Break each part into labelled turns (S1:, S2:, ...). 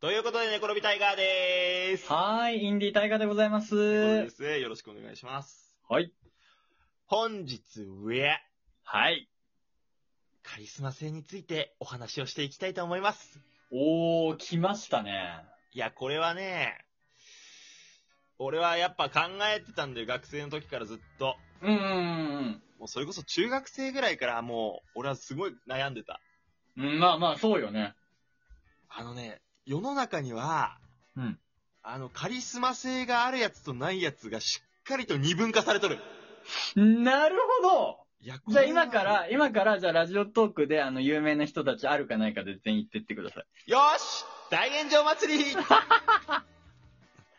S1: ということで、寝転びタイガーでーす。
S2: はーい、インディータイガーでございま
S1: そう
S2: す
S1: で。すね。よろしくお願いします。
S2: はい。
S1: 本日は、
S2: はい。
S1: カリスマ性についてお話をしていきたいと思います。
S2: おー、来ましたね。
S1: いや、これはね、俺はやっぱ考えてたんだよ、学生の時からずっと。
S2: うんうん
S1: もうそれこそ中学生ぐらいからもう、俺はすごい悩んでた。
S2: うんうん。まあまあ、そうよね。
S1: あのね、世の中には、
S2: うん
S1: あの、カリスマ性があるやつとないやつがしっかりと二分化されとる。
S2: なるほど
S1: いや、
S2: じゃあ今か
S1: これは
S2: ら、今から、じゃあラジオトークで、あの、有名な人たちあるかないかで全員言ってってください。
S1: よーし大炎上祭り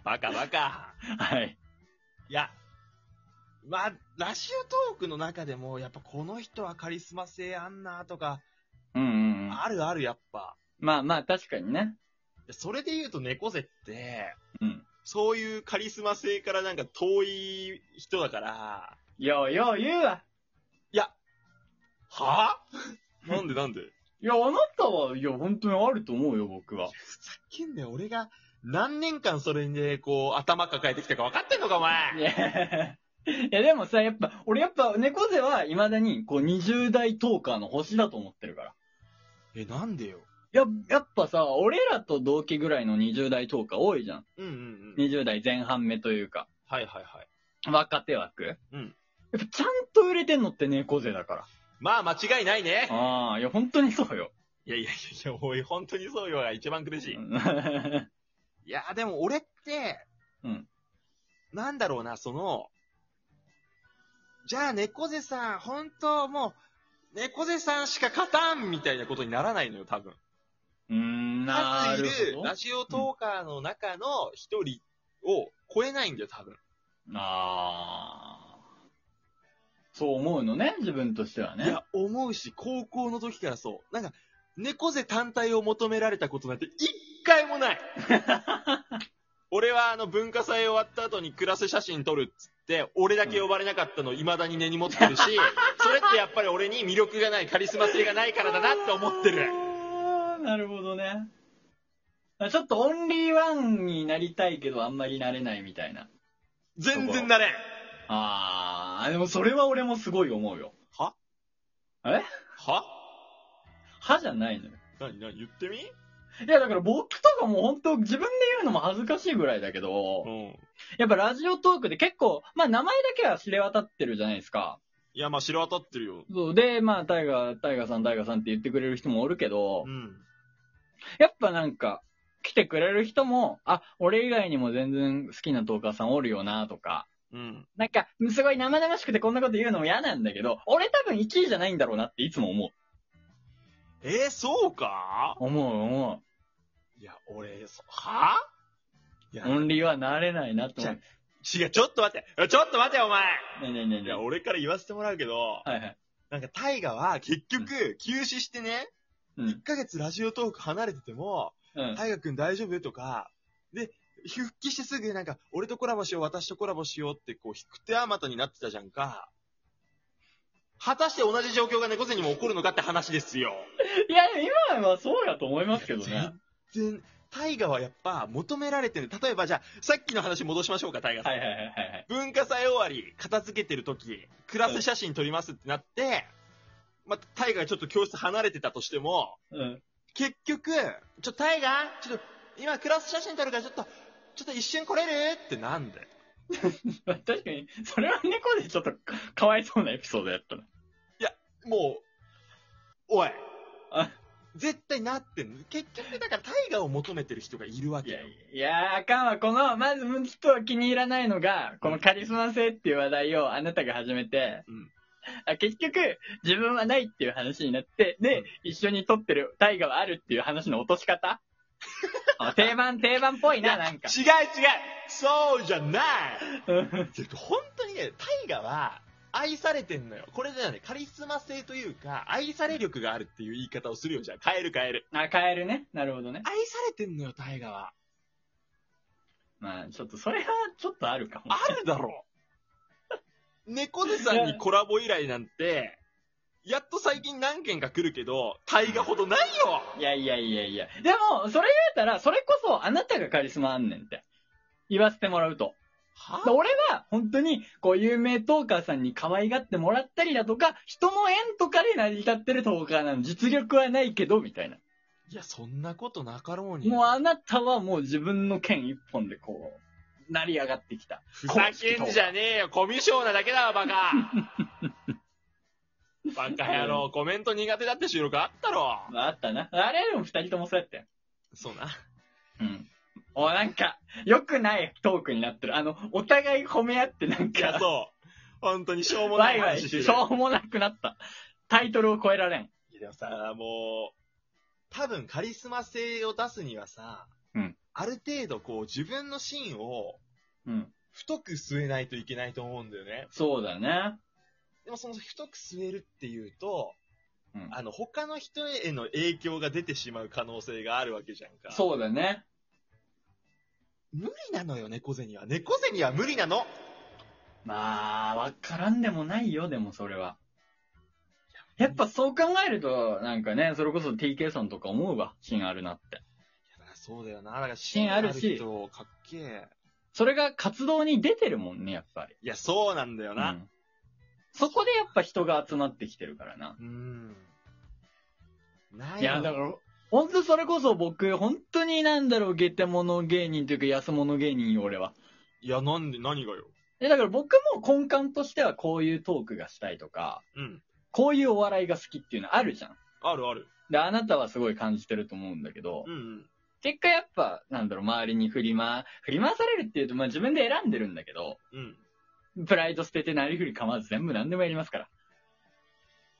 S1: バカバカ。
S2: はい。
S1: いや、まあ、ラジオトークの中でも、やっぱこの人はカリスマ性あんなとか、
S2: うんうんうん。
S1: あるあるやっぱ。
S2: まあまあ、確かにね。
S1: それで言うと猫背って、
S2: うん。
S1: そういうカリスマ性からなんか遠い人だから、
S2: ようよう言うわ。
S1: は ぁなんでなんで
S2: いや、あなたは、いや、本当にあると思うよ、僕は。
S1: ふざけんなよ、俺が何年間それで、こう、頭抱えてきたか分かってんのか、お前
S2: いや、 いやでもさ、やっぱ、俺やっぱ、猫背は未だに、こう、20代トーカーの星だと思ってるから。
S1: え、なんでよ。
S2: や、やっぱさ、俺らと同期ぐらいの20代トーカー多いじゃん。
S1: うんうんうん。
S2: 20代前半目というか、
S1: はいはいはい。
S2: 若手枠。
S1: うん。
S2: やっぱちゃんと売れてんのって猫背だから。
S1: まあ、間違いないね。
S2: ああ、いや、本当にそうよ。
S1: いやいやいやいや、おい、本当にそうよ、が一番苦しい。
S2: う
S1: いや、でも俺って、
S2: うん。
S1: なんだろうな、その、じゃあ猫背さん、本当もう、猫背さんしか勝たんみたいなことにならないのよ、多分。
S2: ん、 な
S1: 数
S2: る
S1: いる
S2: ほど
S1: ラ。ジオトーカーの中の一人を超えないんだよ、多分。
S2: ああ。そう思うのね、自分としてはね。
S1: いや、思うし、高校の時からそう。なんか、猫背単体を求められたことなんて一回も ない俺はあの文化祭終わった後にクラス写真撮るっつって、俺だけ呼ばれなかったの未だに根に持ってるし、それってやっぱり俺に魅力がない、カリスマ性がないからだなって思ってる。
S2: あーなるほどね。ちょっとオンリーワンになりたいけど、あんまりなれないみたいな。
S1: 全然なれん。
S2: あー、でもそれは俺もすごい思うよ。
S1: は
S2: 歯じゃないのよ。
S1: なになに言ってみ
S2: いや、だから僕とかもう本当自分で言うのも恥ずかしいぐらいだけど、
S1: ん。
S2: やっぱラジオトークで結構、まあ名前だけは知れ渡ってるじゃないですか。
S1: いや、まあ、白当たってるよ。
S2: そう。で、まあ、タイガー、タイガーさん、タイガーさんって言ってくれる人もおるけど
S1: う、ん。
S2: やっぱなんか、来てくれる人も、あ、俺以外にも全然好きなトーカーさんおるよな、とか、
S1: うん。
S2: なんか、すごい生々しくてこんなこと言うのも嫌なんだけど、俺多分1位じゃないんだろうなっていつも思う。
S1: えーそうか
S2: 思う思
S1: いや、俺、そはいや
S2: う。オンリーはなれないなって思う。
S1: 違う、ちょっと待って、ちょっと待てよ、お前
S2: ねえねえねえ
S1: い
S2: ねえ。
S1: や、俺から言わせてもらうけど、
S2: はいはい。
S1: なんかタイガは結局、休止してね、
S2: うん
S1: 1。ヶ月ラジオトーク離れてても、
S2: うん。
S1: タイガくん大丈夫とか、で、復帰してすぐなんか、俺とコラボしよう、私とコラボしようって、こう、引く手あまたになってたじゃんか。果たして同じ状況が猫背にも起こるのかって話ですよ。
S2: いや、今はそうやと思いますけどね。
S1: 全然、タイガはやっぱ求められてる。例えばじゃあ、さっきの話戻しましょうか、タイガさん。
S2: はいはいはいはいはい。
S1: 文化祭終わり、片付けてる時、クラス写真撮りますってなって、まあ、タイガがちょっと教室離れてたとしても、
S2: うん。
S1: 結局、ちょ、タイガーちょっと、今クラス写真撮るからちょっと、ちょっと一瞬来れるってなんで
S2: 確かに、それは猫でちょっとかわいそうなエピソードやったな。
S1: もう、おい
S2: あ。
S1: 絶対なってんの結局だからタイガーを求めてる人がいるわ
S2: い
S1: けよ
S2: や、。いやあかんわ。この、まず、ちょっと気に入らないのが、このカリスマ性っていう話題をあなたが始めて、
S1: うん
S2: あ結局、自分はないっていう話になって、で、
S1: うん
S2: 一緒に撮ってる大河はあるっていう話の落とし方 あ定番、定番っぽいな、なん か。
S1: 違う違うそうじゃないてか本当にね、タイガは愛されてんのよ。これじゃね、カリスマ性というか、愛され力があるっていう言い方をするよ。じゃあ、変える変える。
S2: あ、変えるね。なるほどね。
S1: 愛されてんのよ、タイガは。
S2: まあ、ちょっと、それは、ちょっとあるかも。
S1: あるだろ。猫背さんにコラボ依頼なんて、やっと最近何件か来るけど、大河ほどないよ
S2: いやいやいやいや。でも、それ言うたら、それこそあなたがカリスマあんねんって。言わせてもらうと。で
S1: は
S2: 俺は、本当に、こう、有名トーカーさんに可愛がってもらったりだとか、人の縁とかで成り立ってるトーカーなの。実力はないけど、みたいな。
S1: いや、そんなことなかろうに。
S2: もうあなたはもう自分の剣一本でこう、成り上がってきた。
S1: ふざけんじゃねえよ、コミュ障なだけだわ、バ カバカ野郎、コメント苦手だって収録あったろ
S2: まあ、あったな。あれでも二人ともそうやったよ。
S1: そうな。
S2: うん。お、なんか、良くないトークになってる。あの、お互い褒め合ってなん
S1: い や、
S2: か、
S1: そう。本当にしょうも
S2: ワ
S1: ない
S2: イワイ
S1: 話して
S2: し
S1: る。
S2: しょうもなくなった。タイトルを超えられん。
S1: いやでもさ、もう、多分カリスマ性を出すにはさ、
S2: うん
S1: ある程度こう自分の芯を
S2: うん。
S1: 太く据えないといけないと思うんだよね。
S2: そうだね。
S1: でもその太く据えるっていうと、
S2: うん
S1: あの、他の人への影響が出てしまう可能性があるわけじゃんか。
S2: そうだね。
S1: 無理なのよ、猫背には。猫背には無理なのいや
S2: まあ、わからんでもないよ、でもそれは。やっぱそう考えると、なんかね、それこそ TK さんとか思うわ。芯あるなって。
S1: だからそうだよな。だから
S2: 芯あるし
S1: 人かっけえ。
S2: それが活動に出てるもんね、やっぱり。
S1: いや、そうなんだよ
S2: う
S1: な。
S2: んそこでやっぱ人が集まってきてるからな。
S1: うん。ない
S2: いや、だから、ほんとそれこそ僕、本当になんだろう、下手者芸人というか安物芸人よ、俺は。
S1: いや、なんで、何がよ。
S2: え、だから僕も根幹としてはこういうトークがしたいとか、
S1: うん。
S2: こういうお笑いが好きっていうのあるじゃん。
S1: あるある。
S2: で、あなたはすごい感じてると思うんだけど
S1: う、んうん。
S2: 結果やっぱ、なんだろう、周りに振りま、振り回されるっていうと、まあ自分で選んでるんだけど、
S1: うん。
S2: プライド捨ててなりふり構わず全部何でもやりますから。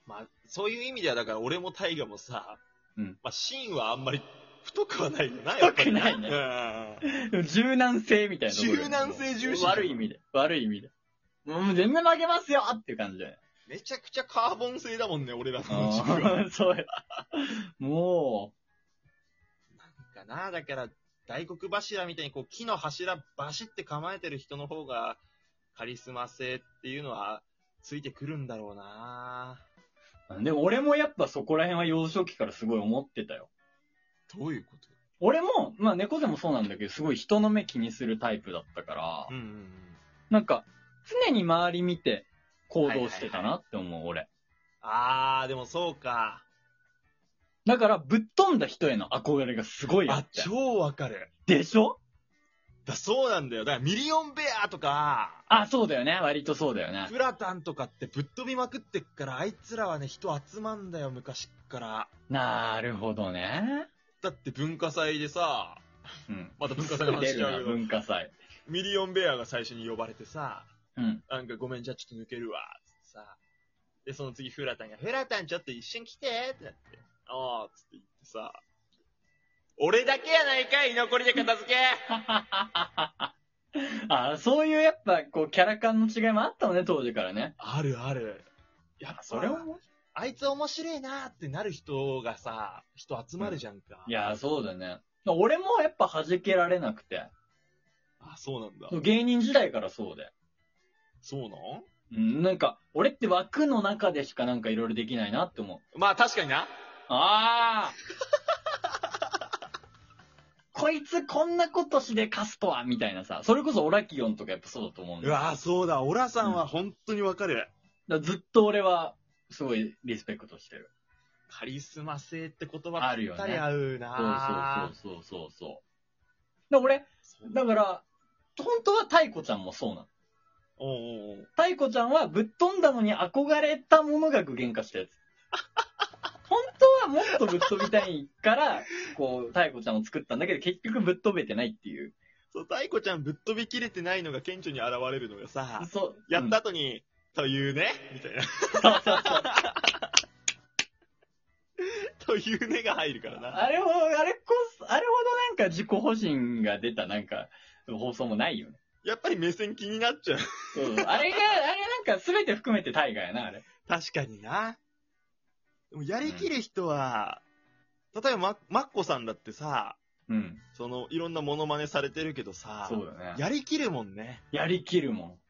S1: まあ、そういう意味では、だから俺も大河もさ、
S2: うん
S1: まあ、芯はあんまり太くはないよな、や
S2: よ
S1: っぱ
S2: く
S1: り
S2: ないね。
S1: な。うん。
S2: 柔軟性みたいなところ。
S1: 柔軟性重視
S2: 悪い意味で。悪い意味で。もう全部投げますよっていう感じだよね。
S1: めちゃくちゃカーボン製だもんね、俺らの軸は。
S2: あー そうや。も
S1: かな。だから、大黒柱みたいにこう木の柱バシって構えてる人の方が、カリスマ性っていうのはついてくるんだろうな。
S2: う。でも俺もやっぱそこら辺は幼少期からすごい思ってたよ。
S1: どういうこと
S2: 俺も、まあ猫背もそうなんだけど、すごい人の目気にするタイプだったから、
S1: うんうんうん。
S2: なんか、常に周り見て行動してたなって思う、俺。
S1: あー、でもそうか。
S2: だから、ぶっ飛んだ人への憧れがすごいあ
S1: あ
S2: っ、て。
S1: 超わかる。
S2: でしょ
S1: だ、そうなんだよ。だからミリオンベアとか、
S2: あ、そうだよね。割とそうだよね。
S1: プラタンとかってぶっ飛びまくってっから、あいつらはね、人集まんだよ、昔っから。
S2: なるほどね。
S1: だって文化祭でさ、
S2: うん。
S1: また文化祭の話し
S2: 出
S1: ち
S2: る
S1: ゃう
S2: な、
S1: けど、
S2: 文化祭。
S1: ミリオンベアが最初に呼ばれてさ、
S2: うん。
S1: なんかごめん、じゃあちょっと抜けるわ、つってさ。で、その次、フラタンが、フラタンちょっと一瞬来てってなって、あー、つって言ってさ、俺だけやないかい、居残りで片付け
S2: あ、そういうやっぱ、こう、キャラ感の違いもあったのね、当時からね。
S1: あるある。いや、そ
S2: そ
S1: れ
S2: れ
S1: を
S2: を、
S1: あいつ面白いなーってなる人がさ、人集まるじゃんか。
S2: いや、そうだね。俺もやっぱ弾けられなくて。
S1: あ、そうなんだ。
S2: 芸人時代からそうで。
S1: そうなん
S2: うん、なんか、俺って枠の中でしかなんかいろいろできないなって思う。
S1: まあ確かにな。
S2: ああ こいつこんなことしでかすとはみたいなさ。それこそオラキオンとかやっぱそうだと思うん
S1: う
S2: だよ。
S1: わー、そうだ。オラさんは本当にわかる。
S2: だからずっと俺は、すごいリスペクトしてる。
S1: カリスマ性って言葉
S2: ある
S1: ぴ
S2: よ
S1: っ
S2: ね
S1: たり合う
S2: そう
S1: な
S2: そうそうそうそうそう。だ俺、
S1: そう
S2: だから、本当は太鼓ちゃんもそうなの。
S1: おうおうおう
S2: 太鼓ちゃんはぶっ飛んだのに憧れたものが具現化 したやつ。本当はもっとぶっ飛びたいから、こう、太鼓ちゃんを作ったんだけど、結局ぶっ飛べてないっていう。
S1: そう、太鼓ちゃんぶっ飛びきれてないのが顕著に現れるのがさ、
S2: そう。
S1: やった後に、というね、みたいな。
S2: うんそうそうそう。
S1: というねが入るからな。
S2: あれほど、あれこそ、あれほどなんか自己保身が出たなんか、放送もないよね。
S1: やっぱり目線気になっちゃう。
S2: そう そう。あれが、あれなんか全て含めて大河やな、あれ。
S1: 確かにな。でもやりきる人は、例えばま、マッコさんだってさ、
S2: うん。
S1: その、いろんなモノマネされてるけどさ、
S2: そうだね。
S1: やりきるもんね。
S2: やりきるもん。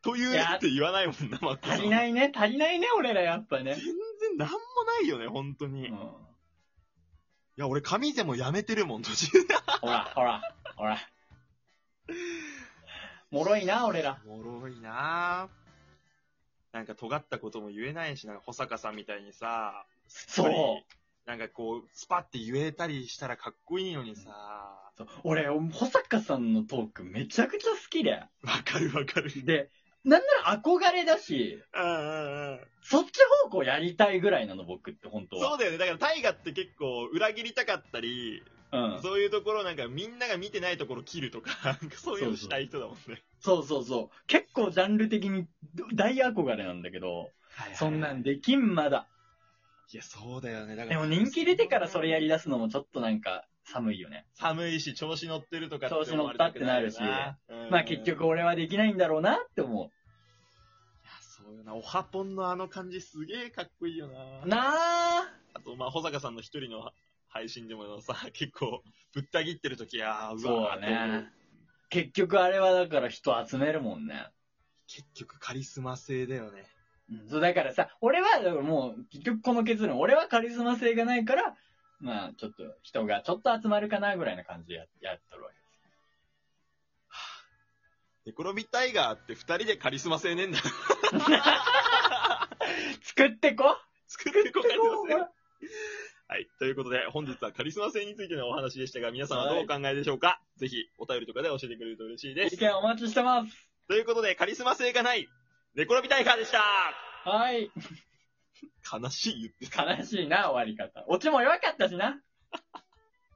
S1: という
S2: いや
S1: って言わないもんな、マッコ
S2: 足りないね、足りないね、俺らやっぱね。
S1: 全然なんもないよね、本当に。
S2: う
S1: い
S2: ん、
S1: や、俺、神でもやめてるもん、途中 で。
S2: ほら、ほら、ほら。脆いな、俺ら。
S1: おもろいなぁ。なんか尖ったことも言えないし、なんか保坂さんみたいにさ、
S2: そう。
S1: なんかこう、スパって言えたりしたらかっこいいのにさ、わ
S2: そう俺、保坂さんのトークめちゃくちゃ好きで。
S1: かるわかる。
S2: で、なんなら憧れだし、
S1: うんうんうん。
S2: そっち方向やりたいぐらいなの、僕って、本当
S1: そ
S2: は。
S1: うだよね。だから、大河って結構、裏切りたかったり、
S2: うん。
S1: そういうところなんか、みんなが見てないところ切るとか、 なんかそういうのしたい人だもんね。
S2: そうそうそう。結構ジャンル的に大憧れなんだけど、そんなん。できんまだ。
S1: いや、そうだよね。だか
S2: で
S1: ら。
S2: も人気出てからそれやり出すのもちょっとなんか寒いよね。
S1: 寒いし、調子乗ってるとか
S2: 調子乗ったってなるし
S1: 思われたくないよな
S2: まあ結。
S1: うん
S2: 局俺はできないんだろうなって
S1: い
S2: 思
S1: や、そうよな。おはぽんのあの感じすげえかっこいいよな。
S2: う。なあ
S1: あと、まあ、保坂さんの一人の配信でもさ、 結構、ぶった切ってる時や、う
S2: そう
S1: わ
S2: だ
S1: ーって思う
S2: ね。。結局あれはだから人集めるもんね。
S1: 結局、カリスマ性だよね。
S2: うんそうだからさ、俺はだからもう結局この結論、俺はカリスマ性がないから、まあちょっと人がちょっと集まるかなぐらいな感じでややっとるわけです。
S1: エコロビタイガーって二人でカリスマ性ねえんだ。
S2: 作ってこ
S1: 作る子カリスマ性
S2: ほら
S1: はい。ということで、本日はカリスマ性についてのお話でしたが、皆さんはどうお考えでしょうか、ぜひ、お便りとかで教えてくれると嬉しいです
S2: 意。見お待ちしてます
S1: ということで、カリスマ性がない、ネコロビタイガーでした
S2: はい。
S1: 悲しい言ってた。
S2: 悲しいな、終わり方。オチも弱かったしな。